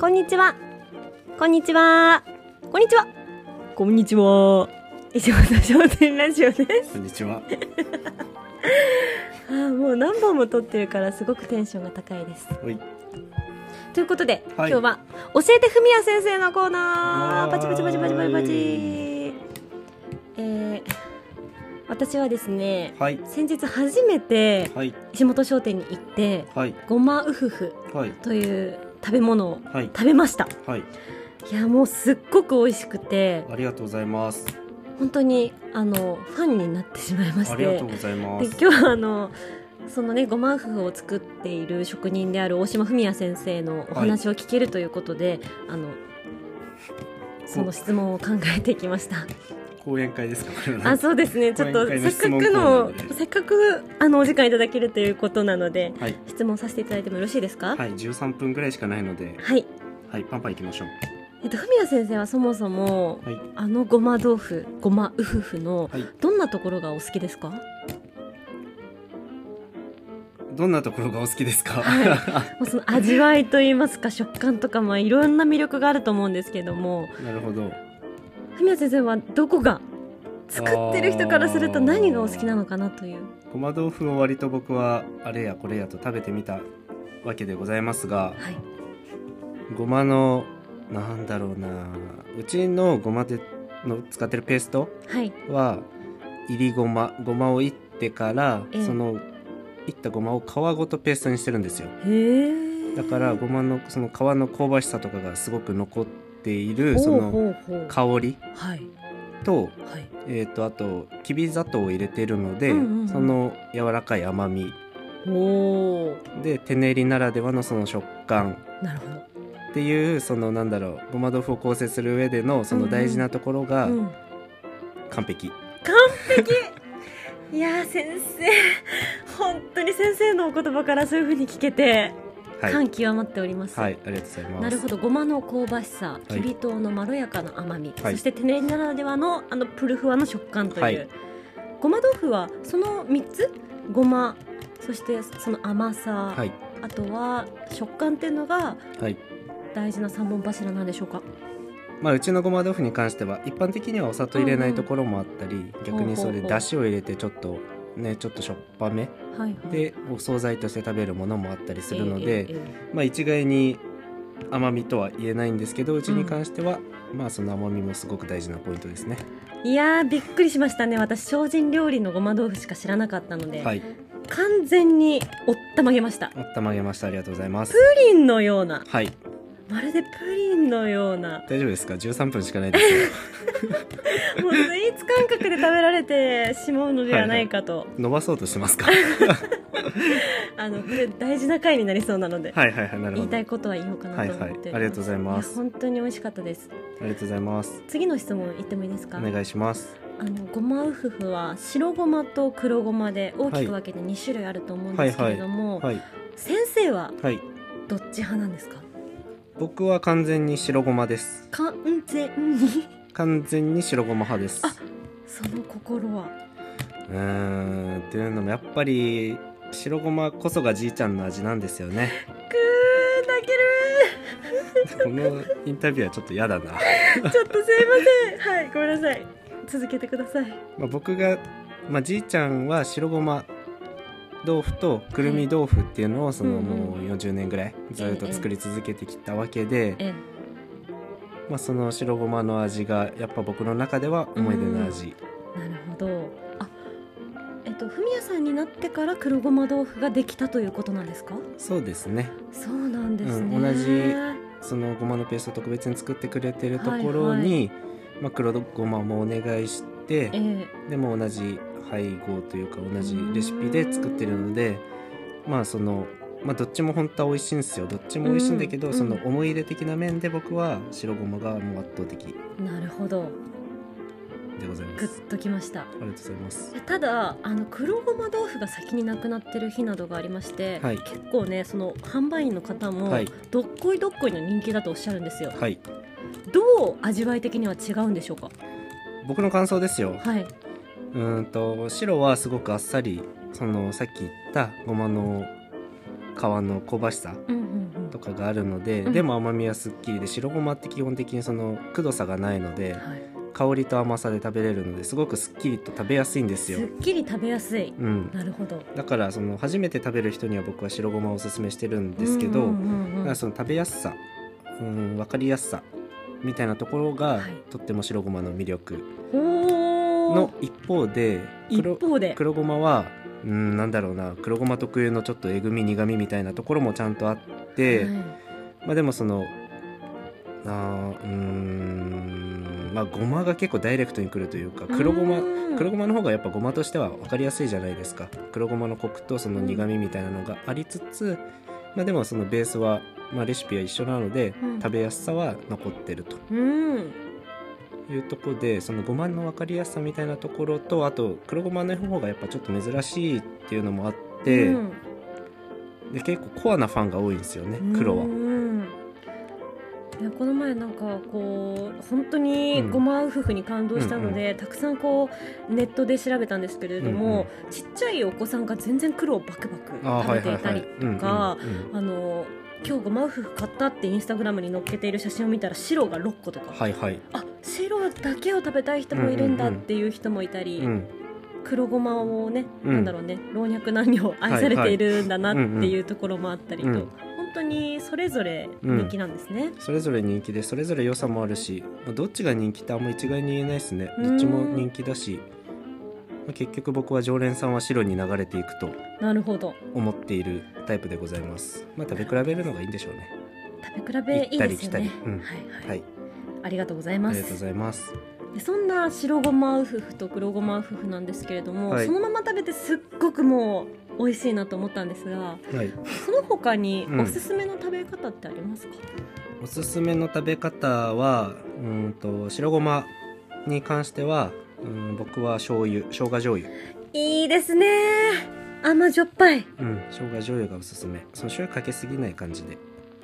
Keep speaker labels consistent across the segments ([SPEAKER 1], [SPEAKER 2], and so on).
[SPEAKER 1] こんにちは。こんにちは。こんにちは。こんにちは。石本商店ラジオです。
[SPEAKER 2] こんに ちは。
[SPEAKER 1] あーもう何本も撮ってるからすごくテンションが高いです。
[SPEAKER 2] はい。
[SPEAKER 1] ということで、
[SPEAKER 2] はい
[SPEAKER 1] 今日は教えてふみや先生のコーナー。
[SPEAKER 2] はーい
[SPEAKER 1] パチパチパチパチパチパチ。えー、私はですね、
[SPEAKER 2] はい。
[SPEAKER 1] 先日初めて
[SPEAKER 2] はい。
[SPEAKER 1] 石本商店に行って、
[SPEAKER 2] はい。
[SPEAKER 1] ごまウフフ
[SPEAKER 2] はい。
[SPEAKER 1] という食べ物を
[SPEAKER 2] はい。
[SPEAKER 1] 食べました。
[SPEAKER 2] はい。
[SPEAKER 1] いやもうすっごく美味しくて
[SPEAKER 2] ありがとうございます。
[SPEAKER 1] 本当にあのファンになってしまいまし
[SPEAKER 2] あ
[SPEAKER 1] て
[SPEAKER 2] りがとう
[SPEAKER 1] で
[SPEAKER 2] ございます。
[SPEAKER 1] 今日はあのそのねごま夫婦を作っている職人である大島文也先生のお話を聞けるということで、あのその質問を考えてきました。
[SPEAKER 2] 講演会ですか。これは
[SPEAKER 1] あ、そうですね。ちょっと
[SPEAKER 2] 今回
[SPEAKER 1] せ
[SPEAKER 2] の
[SPEAKER 1] っか
[SPEAKER 2] 質問
[SPEAKER 1] くの
[SPEAKER 2] コーナーで
[SPEAKER 1] せっかくあのお時間いただけるということなので
[SPEAKER 2] はい。
[SPEAKER 1] 質問させていただいてもよろしいですか。
[SPEAKER 2] はい。十三分ぐらいしかないので、
[SPEAKER 1] はい。
[SPEAKER 2] はい。パンパン行きましょう。
[SPEAKER 1] えっと文也先生はそもそも
[SPEAKER 2] はい。
[SPEAKER 1] あのごま豆腐、ごまウフフの
[SPEAKER 2] はい。
[SPEAKER 1] どんなところがお好きですか？
[SPEAKER 2] どんなところがお好きですか。
[SPEAKER 1] もうその味わいといいますか食感とかまあいろんな魅力があると思うんですけども、
[SPEAKER 2] なるほど。
[SPEAKER 1] 文也先生はどこが作ってる人からすると何がお好きなのかなという。
[SPEAKER 2] ごま豆腐を割と僕はあれやこれやと食べてみたわけでございますが、
[SPEAKER 1] はい。
[SPEAKER 2] ごまのなんだろうな。うちのごまでの使ってるペースト。
[SPEAKER 1] はい。
[SPEAKER 2] は入りごまごまをいってから、
[SPEAKER 1] ええ
[SPEAKER 2] そのいったごまを皮ごとペーストにしてるんですよ
[SPEAKER 1] へえ。
[SPEAKER 2] だからごまのその皮の香ばしさとかがすごく残っているそ
[SPEAKER 1] ほう
[SPEAKER 2] の
[SPEAKER 1] ほうほう。
[SPEAKER 2] 香り
[SPEAKER 1] はい
[SPEAKER 2] と,、
[SPEAKER 1] はい。
[SPEAKER 2] えー、とあときび砂糖を入れてるので、
[SPEAKER 1] うんうんうん
[SPEAKER 2] その柔らかい甘み
[SPEAKER 1] おお。
[SPEAKER 2] で手練りならではのその食感
[SPEAKER 1] なるほど。
[SPEAKER 2] っていうそのなんだろうごま豆腐を構成する上でのその大事なところが
[SPEAKER 1] うん。
[SPEAKER 2] 完璧、
[SPEAKER 1] いやー先生 本当に先生のお言葉からそういう風に聞けて、
[SPEAKER 2] は
[SPEAKER 1] 感
[SPEAKER 2] い、
[SPEAKER 1] 極まっております。
[SPEAKER 2] はい、ありがとうございます
[SPEAKER 1] なるほどごまの香ばしさ
[SPEAKER 2] は
[SPEAKER 1] き
[SPEAKER 2] い
[SPEAKER 1] び糖のまろやかな甘み、
[SPEAKER 2] はい
[SPEAKER 1] そして手練りならではのあのプルフワの食感という、
[SPEAKER 2] はい
[SPEAKER 1] ごま豆腐はその3つごまそしてその甘さ、
[SPEAKER 2] はい
[SPEAKER 1] あとは食感っていうのが
[SPEAKER 2] はい
[SPEAKER 1] 大事な3本柱なんでしょうか
[SPEAKER 2] まあ、うちのごま豆腐に関しては一般的にはお砂糖入れないところもあったり、逆に
[SPEAKER 1] ほう
[SPEAKER 2] それ
[SPEAKER 1] ほうほう
[SPEAKER 2] だしを入れてちょっとねちょっとしょっぱめ
[SPEAKER 1] はいはい
[SPEAKER 2] でお惣菜として食べるものもあったりするの
[SPEAKER 1] ええ
[SPEAKER 2] で、
[SPEAKER 1] え
[SPEAKER 2] まあ、一概に甘みとは言えないんですけどうちに関しては、まあその甘みもすごく大事なポイントですね。
[SPEAKER 1] えいやーびっくりしましたね私精進料理のごま豆腐しか知らなかったので、
[SPEAKER 2] はい、
[SPEAKER 1] 完全におったまげました
[SPEAKER 2] あったまげましたありがとうございます。
[SPEAKER 1] プリンのような
[SPEAKER 2] はい
[SPEAKER 1] まるでプリンのような
[SPEAKER 2] 大丈夫ですか13分しかないですよ
[SPEAKER 1] もうスイーツ感覚で食べられてしまうのではないかと、
[SPEAKER 2] 伸ばそうとし てますか
[SPEAKER 1] あのこれ大事な回になりそうなので、
[SPEAKER 2] はいはいはいなる
[SPEAKER 1] 言い
[SPEAKER 2] ほど
[SPEAKER 1] た
[SPEAKER 2] あ
[SPEAKER 1] いことは言おうかなと思っております、
[SPEAKER 2] はいはいありがとうございます
[SPEAKER 1] や本当に美味しかったです
[SPEAKER 2] りがとうございます
[SPEAKER 1] 次の質問言ってもいいですか
[SPEAKER 2] お願いします
[SPEAKER 1] あのごまウフフは白ごまと黒ごまで大きく分けて2種類あると思うんですけれども、
[SPEAKER 2] はい
[SPEAKER 1] 先生は
[SPEAKER 2] はい
[SPEAKER 1] どっち派なんですか
[SPEAKER 2] 僕は完全に白ごまです
[SPEAKER 1] 完全に
[SPEAKER 2] 完全に白ごま派です
[SPEAKER 1] あその心 は
[SPEAKER 2] うーんっていうのもやっぱり白ごまこそがじいちゃんの味なんですよね
[SPEAKER 1] く ー泣ける
[SPEAKER 2] このインタビューはちょっと嫌だな、
[SPEAKER 1] ーちょっとすいませんはいごめんなさい続けてください
[SPEAKER 2] まあ、僕が、まあ、じいちゃんは白ごま豆腐とくるみ豆腐っていうのをその
[SPEAKER 1] うんうん
[SPEAKER 2] もう40年ぐらいずっと作り続けてきたわけで、
[SPEAKER 1] ええ
[SPEAKER 2] まあ、その白ごまの味がやっぱ僕の中では思い出の味、
[SPEAKER 1] なるほど。あ、えっと、ふみやさんになってから黒ごま豆腐ができたということなんですか。
[SPEAKER 2] そうですね
[SPEAKER 1] そうなんですね。
[SPEAKER 2] うん同じそのごまのペースト特別に作ってくれてるところに、まあ、黒ごまもお願いして、
[SPEAKER 1] ええ
[SPEAKER 2] でも同じ配合というか同じレシピで作ってるのでまあその、まあ、どっちも本当は美味しいんですよどっちも美味しいんだけど、
[SPEAKER 1] うん
[SPEAKER 2] その思い入れ的な面で僕は白ごまがもう圧倒的
[SPEAKER 1] なるほど。
[SPEAKER 2] でございま
[SPEAKER 1] ぐっ
[SPEAKER 2] す。
[SPEAKER 1] ときました。
[SPEAKER 2] ありがとうございます。
[SPEAKER 1] ただあの黒ごま豆腐が先になくなってる日などがありまして、
[SPEAKER 2] はい
[SPEAKER 1] 結構ねその販売員の方も、
[SPEAKER 2] はい
[SPEAKER 1] どっこいどっこいの人気だとおっしゃるんですよ
[SPEAKER 2] はい
[SPEAKER 1] どう味わい的には違うんでしょうか
[SPEAKER 2] 僕の感想ですよ。
[SPEAKER 1] はい、
[SPEAKER 2] うーんと白はすごくあっさりそのさっき言ったごまの皮の香ばしさ
[SPEAKER 1] うんうんうん、
[SPEAKER 2] とかがあるので、
[SPEAKER 1] うん
[SPEAKER 2] でも甘みはすっきりで白ごまって基本的にそのくどさがないので
[SPEAKER 1] はい、
[SPEAKER 2] 香りと甘さで食べれるのですごくすっきりと食べやすいんです
[SPEAKER 1] す
[SPEAKER 2] よ。
[SPEAKER 1] っきり食べやすい、
[SPEAKER 2] うん、
[SPEAKER 1] なるほど
[SPEAKER 2] だからその初めて食べる人には僕は白ごまをおすすめしてるんですけど、
[SPEAKER 1] うんうんうんうん
[SPEAKER 2] だからその食べやすさ、うん、分かりやすさみたいなところが、
[SPEAKER 1] はい
[SPEAKER 2] とっても白ごまの魅力
[SPEAKER 1] おー
[SPEAKER 2] の一方で
[SPEAKER 1] 一
[SPEAKER 2] 黒
[SPEAKER 1] 方で
[SPEAKER 2] 黒ごまはうんなんだろうな黒ごま特有のちょっとえぐみ苦みみたいなところもちゃんとあって、
[SPEAKER 1] はい
[SPEAKER 2] まあでもそのあーうーんまあごまが結構ダイレクトにくるというか黒ごま
[SPEAKER 1] うん
[SPEAKER 2] 黒ごまの方がやっぱごまとしては分かりやすいじゃないですか黒ごまのコクとその苦みみたいなのがありつつ、まあ、でもそのベースは、まあ、レシピは一緒なので、
[SPEAKER 1] うん
[SPEAKER 2] 食べやすさは残ってると
[SPEAKER 1] うん
[SPEAKER 2] いうところでそのごまの分かりやすさみたいなところとあと黒ごまの方がやっぱちょっと珍しいっていうのもあって、
[SPEAKER 1] うん
[SPEAKER 2] で結構コアなファンが多いんですよね黒は
[SPEAKER 1] う。んいやこの前なんかこう本当に
[SPEAKER 2] うん
[SPEAKER 1] ごまウフフに感動したので、たくさんこうネットで調べたんですけれども、ちっちゃいお子さんが全然黒をバクバク
[SPEAKER 2] あー
[SPEAKER 1] 食べていたりとか
[SPEAKER 2] うんうんうん
[SPEAKER 1] あの今日ごまウフフ買ったってインスタグラムに載っけている写真を見たら白が6個とか、
[SPEAKER 2] はいはい、
[SPEAKER 1] あ白だけを食べたい人もいるんだっていう人もいたり、
[SPEAKER 2] うん、
[SPEAKER 1] 黒ごまをね、
[SPEAKER 2] うん
[SPEAKER 1] なんだろうね老若男女愛されているんだなっていうところもあったりと、
[SPEAKER 2] うんうん
[SPEAKER 1] 本当にそれぞれ人気なんですね。
[SPEAKER 2] それぞれ人気でそれぞれ良さもあるし、まあどっちが人気ってあんま一概に言えないですね
[SPEAKER 1] うん
[SPEAKER 2] どっちも人気だし、まあ結局僕は常連さんは白に流れていくと
[SPEAKER 1] なるほど
[SPEAKER 2] 思っているタイプでございますまあ食べ比べるのがいいんでしょうね
[SPEAKER 1] 食べ比べいいですよね
[SPEAKER 2] 行ったり来たりうん
[SPEAKER 1] はいはい、
[SPEAKER 2] はい
[SPEAKER 1] ありがとうござい
[SPEAKER 2] あ
[SPEAKER 1] ま
[SPEAKER 2] りがとうご
[SPEAKER 1] す
[SPEAKER 2] ざいます
[SPEAKER 1] でそんな白ごまウフフと黒ごまウフフなんですけれども、
[SPEAKER 2] はい
[SPEAKER 1] そのまま食べてすっごくもう美味しいなと思ったんですが
[SPEAKER 2] はい
[SPEAKER 1] その他に
[SPEAKER 2] うん
[SPEAKER 1] おすすめの食べ方ってありますか、
[SPEAKER 2] おすすめの食べ方はうーんと白ごまに関してはうん僕は醤油生姜醤油
[SPEAKER 1] いいですね甘じょっぱい
[SPEAKER 2] うん生姜醤油がおすすめその醤油かけすぎない感じで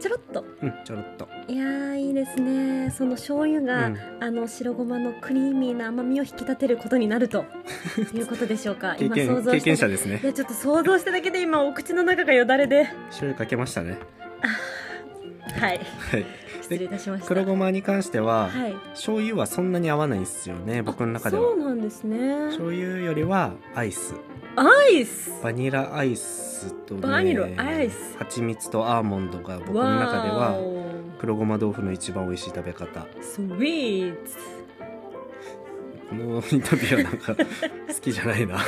[SPEAKER 1] ちょろっと
[SPEAKER 2] うんちょろっと
[SPEAKER 1] いやーいいですねその醤油が、
[SPEAKER 2] うん
[SPEAKER 1] あの白ごまのクリーミーな甘みを引き立てることになる ということでしょうか
[SPEAKER 2] 経
[SPEAKER 1] 今想
[SPEAKER 2] 験
[SPEAKER 1] 像
[SPEAKER 2] 経
[SPEAKER 1] した
[SPEAKER 2] 験者ですね
[SPEAKER 1] いやちょっと想像しただけで今お口の中がよだれで
[SPEAKER 2] 醤油かけましたね
[SPEAKER 1] はい
[SPEAKER 2] はい
[SPEAKER 1] 失礼いたしました
[SPEAKER 2] 黒ごまに関しては、
[SPEAKER 1] はい
[SPEAKER 2] 醤油はそんなに合わないんですよね僕の中で
[SPEAKER 1] あ
[SPEAKER 2] は
[SPEAKER 1] そうなんですね
[SPEAKER 2] 醤油よりはアイス
[SPEAKER 1] アイス
[SPEAKER 2] バニラアイスと、ね、
[SPEAKER 1] バニラアイス
[SPEAKER 2] 蜂蜜とアーモンドが僕の中で
[SPEAKER 1] わ
[SPEAKER 2] は
[SPEAKER 1] お
[SPEAKER 2] 黒ごま豆腐の一番美味しい食べ方
[SPEAKER 1] スイーツ
[SPEAKER 2] このインタビューはなん か好きじゃないな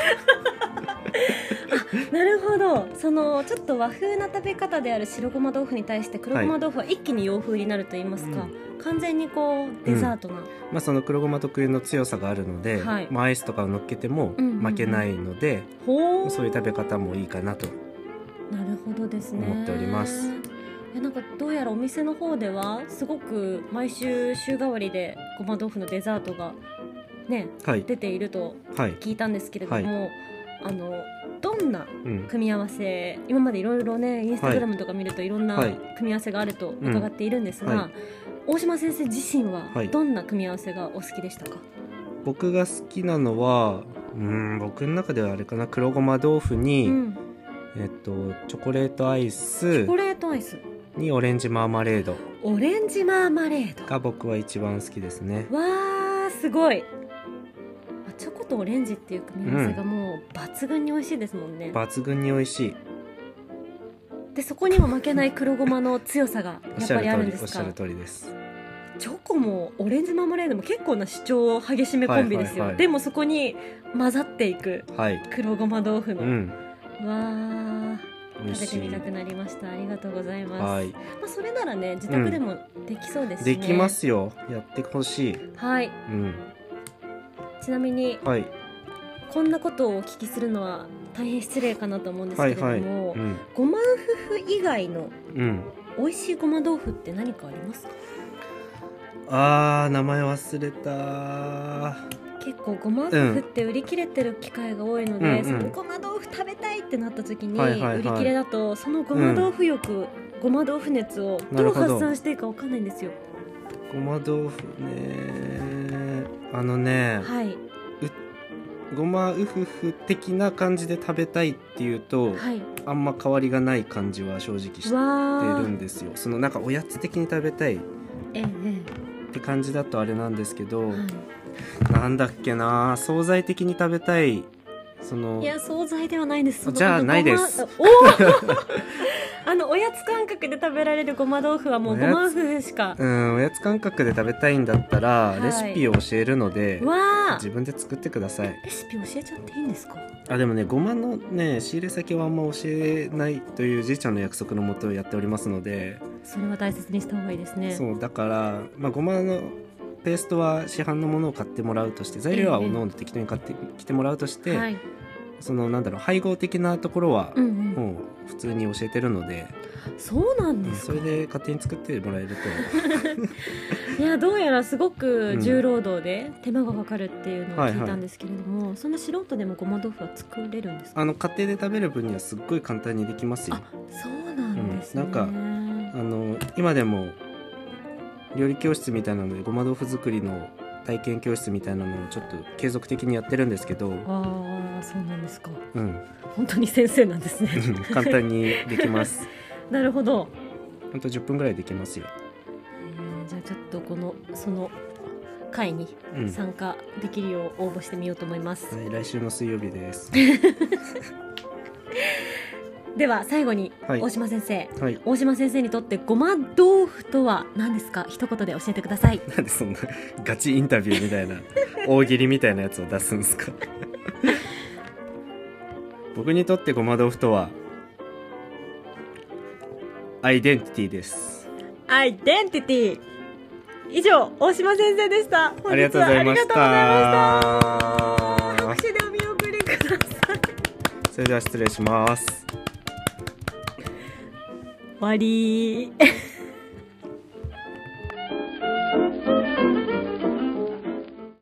[SPEAKER 1] なるほどそのちょっと和風な食べ方である白ごま豆腐に対して黒ごま豆腐は一気に洋風になると言いますか、
[SPEAKER 2] うん
[SPEAKER 1] 完全にこうデザートな、
[SPEAKER 2] まあその黒ごま特有の強さがあるので、
[SPEAKER 1] はい
[SPEAKER 2] まあ、アイスとかを乗っけても
[SPEAKER 1] うんうんうん
[SPEAKER 2] 負けないので、
[SPEAKER 1] ほう
[SPEAKER 2] そういう食べ方もいいかなと
[SPEAKER 1] なるほどですね
[SPEAKER 2] 思っております
[SPEAKER 1] いやなんかどうやらお店の方ではすごく毎週週替わりでごま豆腐のデザートがね
[SPEAKER 2] はい
[SPEAKER 1] 出ていると
[SPEAKER 2] はい、
[SPEAKER 1] 聞いたんですけれども、あのどんな
[SPEAKER 2] うん、
[SPEAKER 1] 組み合わせ今までいろいろねインスタグラムとか見るといろんな
[SPEAKER 2] はい
[SPEAKER 1] 組み合わせがあると伺っているんですが、
[SPEAKER 2] うんはい
[SPEAKER 1] 大島先生自身は
[SPEAKER 2] はい
[SPEAKER 1] どんな組み合わせがお好きでしたか、
[SPEAKER 2] 僕が好きなのはうーん僕の中ではあれかな黒ごま豆腐に、
[SPEAKER 1] うん、
[SPEAKER 2] えっと、チョコレートアイ
[SPEAKER 1] チ
[SPEAKER 2] ス
[SPEAKER 1] ョコレートアイス
[SPEAKER 2] にオレンジマーマレード
[SPEAKER 1] オレンジマーマレード
[SPEAKER 2] が僕は一番好きですね
[SPEAKER 1] わーすごいあチョコとオレンジっていう組み合わせがもう抜群に美味しいですもんね、
[SPEAKER 2] 抜群に美味しい
[SPEAKER 1] でそこにも負けない黒ごまの強さが
[SPEAKER 2] お
[SPEAKER 1] やっ
[SPEAKER 2] っしゃ
[SPEAKER 1] ぱ
[SPEAKER 2] る
[SPEAKER 1] りあ
[SPEAKER 2] 通
[SPEAKER 1] るん
[SPEAKER 2] り
[SPEAKER 1] で
[SPEAKER 2] お
[SPEAKER 1] す
[SPEAKER 2] っしゃ
[SPEAKER 1] か
[SPEAKER 2] る通りです
[SPEAKER 1] チョコもオレンジマーマレードも結構な主張激しめコンビですよ、
[SPEAKER 2] はいはいはい
[SPEAKER 1] でもそこに混ざっていく
[SPEAKER 2] はい
[SPEAKER 1] 黒ごま豆腐の、
[SPEAKER 2] うん
[SPEAKER 1] わ
[SPEAKER 2] 美
[SPEAKER 1] ー
[SPEAKER 2] 味
[SPEAKER 1] 食べ
[SPEAKER 2] して
[SPEAKER 1] み
[SPEAKER 2] い
[SPEAKER 1] たくなりましたありがとうございます、
[SPEAKER 2] はい
[SPEAKER 1] まあ、それならね自宅でもできそうですね、
[SPEAKER 2] できますよやってほしい
[SPEAKER 1] はい
[SPEAKER 2] うん
[SPEAKER 1] ちなみに
[SPEAKER 2] はい
[SPEAKER 1] こんなことをお聞きするのは大変失礼かなと思うんです
[SPEAKER 2] は
[SPEAKER 1] けれ
[SPEAKER 2] い
[SPEAKER 1] ども、
[SPEAKER 2] はいうん
[SPEAKER 1] ごま豆腐以外の
[SPEAKER 2] うん
[SPEAKER 1] 美味しいごま豆腐って何かありますか
[SPEAKER 2] あー名前忘れた
[SPEAKER 1] 結構ごま豆腐って売り切れてる機会が多いので、
[SPEAKER 2] うんうん
[SPEAKER 1] そのごま豆腐食べたいってなった時に、
[SPEAKER 2] はいはいはい
[SPEAKER 1] 売り切れだとそのごま豆腐欲、ごま豆腐熱を
[SPEAKER 2] な
[SPEAKER 1] どう
[SPEAKER 2] るほど
[SPEAKER 1] 発散していいかわかんないんですよ。
[SPEAKER 2] ごま豆腐ねあのね
[SPEAKER 1] はい。
[SPEAKER 2] ごまウフフ的な感じで食べたいっていうと、
[SPEAKER 1] はい
[SPEAKER 2] あんま変わりがない感じは正直して
[SPEAKER 1] わ
[SPEAKER 2] る
[SPEAKER 1] ー
[SPEAKER 2] んですよそのなんかおやつ的に食べたいっ
[SPEAKER 1] ええ
[SPEAKER 2] て感じだとあれなんですけど、
[SPEAKER 1] ええは
[SPEAKER 2] なんだっけな惣菜的に食べたいその
[SPEAKER 1] い、いや惣菜ではないです
[SPEAKER 2] じゃあ
[SPEAKER 1] ごま
[SPEAKER 2] ないです
[SPEAKER 1] お ーあのおやつ感覚で食べられるごま豆腐はもう
[SPEAKER 2] お
[SPEAKER 1] ご
[SPEAKER 2] やつ
[SPEAKER 1] ま豆腐し か
[SPEAKER 2] うんおやつ感覚で食べたいんだったら、
[SPEAKER 1] い
[SPEAKER 2] レシピを教えるので
[SPEAKER 1] わあ
[SPEAKER 2] 自分で作ってください
[SPEAKER 1] レシピ教えちゃっていいんですか
[SPEAKER 2] あでもねごまのね仕入れ先はあんま教えないというじいちゃんの約束のもとやっておりますので、
[SPEAKER 1] それは大切にした方がいいですね
[SPEAKER 2] そうだから、まあ、ごまのペーストは市販のものを買ってもらうとして材料は
[SPEAKER 1] ええ
[SPEAKER 2] おのおの適当に買ってきてもらうとして、
[SPEAKER 1] はい
[SPEAKER 2] そのなんだろう配合的なところは
[SPEAKER 1] うんうん
[SPEAKER 2] もう普通に教えてるので、
[SPEAKER 1] そうなん
[SPEAKER 2] うん
[SPEAKER 1] です
[SPEAKER 2] そ
[SPEAKER 1] か
[SPEAKER 2] れで勝手に作ってもらえると
[SPEAKER 1] いやどうやらすご
[SPEAKER 2] う
[SPEAKER 1] く
[SPEAKER 2] ん
[SPEAKER 1] 重労働で手間がかかるっていうのを聞いたんですけれども、そんな素人でもごま豆腐は作れるんですか
[SPEAKER 2] あの家庭で食べる分にはすっごい簡単にできますよ
[SPEAKER 1] あ。そうなんですね、
[SPEAKER 2] うんあの今でも料理教室みたいなのでごま豆腐作りの体験教室みたいなのをちょっと継続的にやってるんですけど、
[SPEAKER 1] ああそうなんですか
[SPEAKER 2] うん、
[SPEAKER 1] 本当に先生なんですね
[SPEAKER 2] 簡単にできます。
[SPEAKER 1] なるほど、
[SPEAKER 2] ほんと10分ぐらいできますよ。
[SPEAKER 1] えーじゃあちょっとこのその会に
[SPEAKER 2] うん
[SPEAKER 1] 参加できるよう応募してみようと思います、
[SPEAKER 2] はい、来週の水曜日です。
[SPEAKER 1] では最後に
[SPEAKER 2] はい
[SPEAKER 1] 大島先生、
[SPEAKER 2] はい。
[SPEAKER 1] 大島先生にとってごま豆腐とは何ですか一言で教えてください
[SPEAKER 2] なんでそんなガチインタビューみた いな大喜利みたいなやつを出すんですか 僕にとってごま豆腐とはアイデンティティです。
[SPEAKER 1] アイデンティティ以上大島先生でした本日は
[SPEAKER 2] ありがとうございまし
[SPEAKER 1] ありがとうございました拍
[SPEAKER 2] た。
[SPEAKER 1] 手でお見送りください
[SPEAKER 2] それでは失礼します。
[SPEAKER 1] 終わり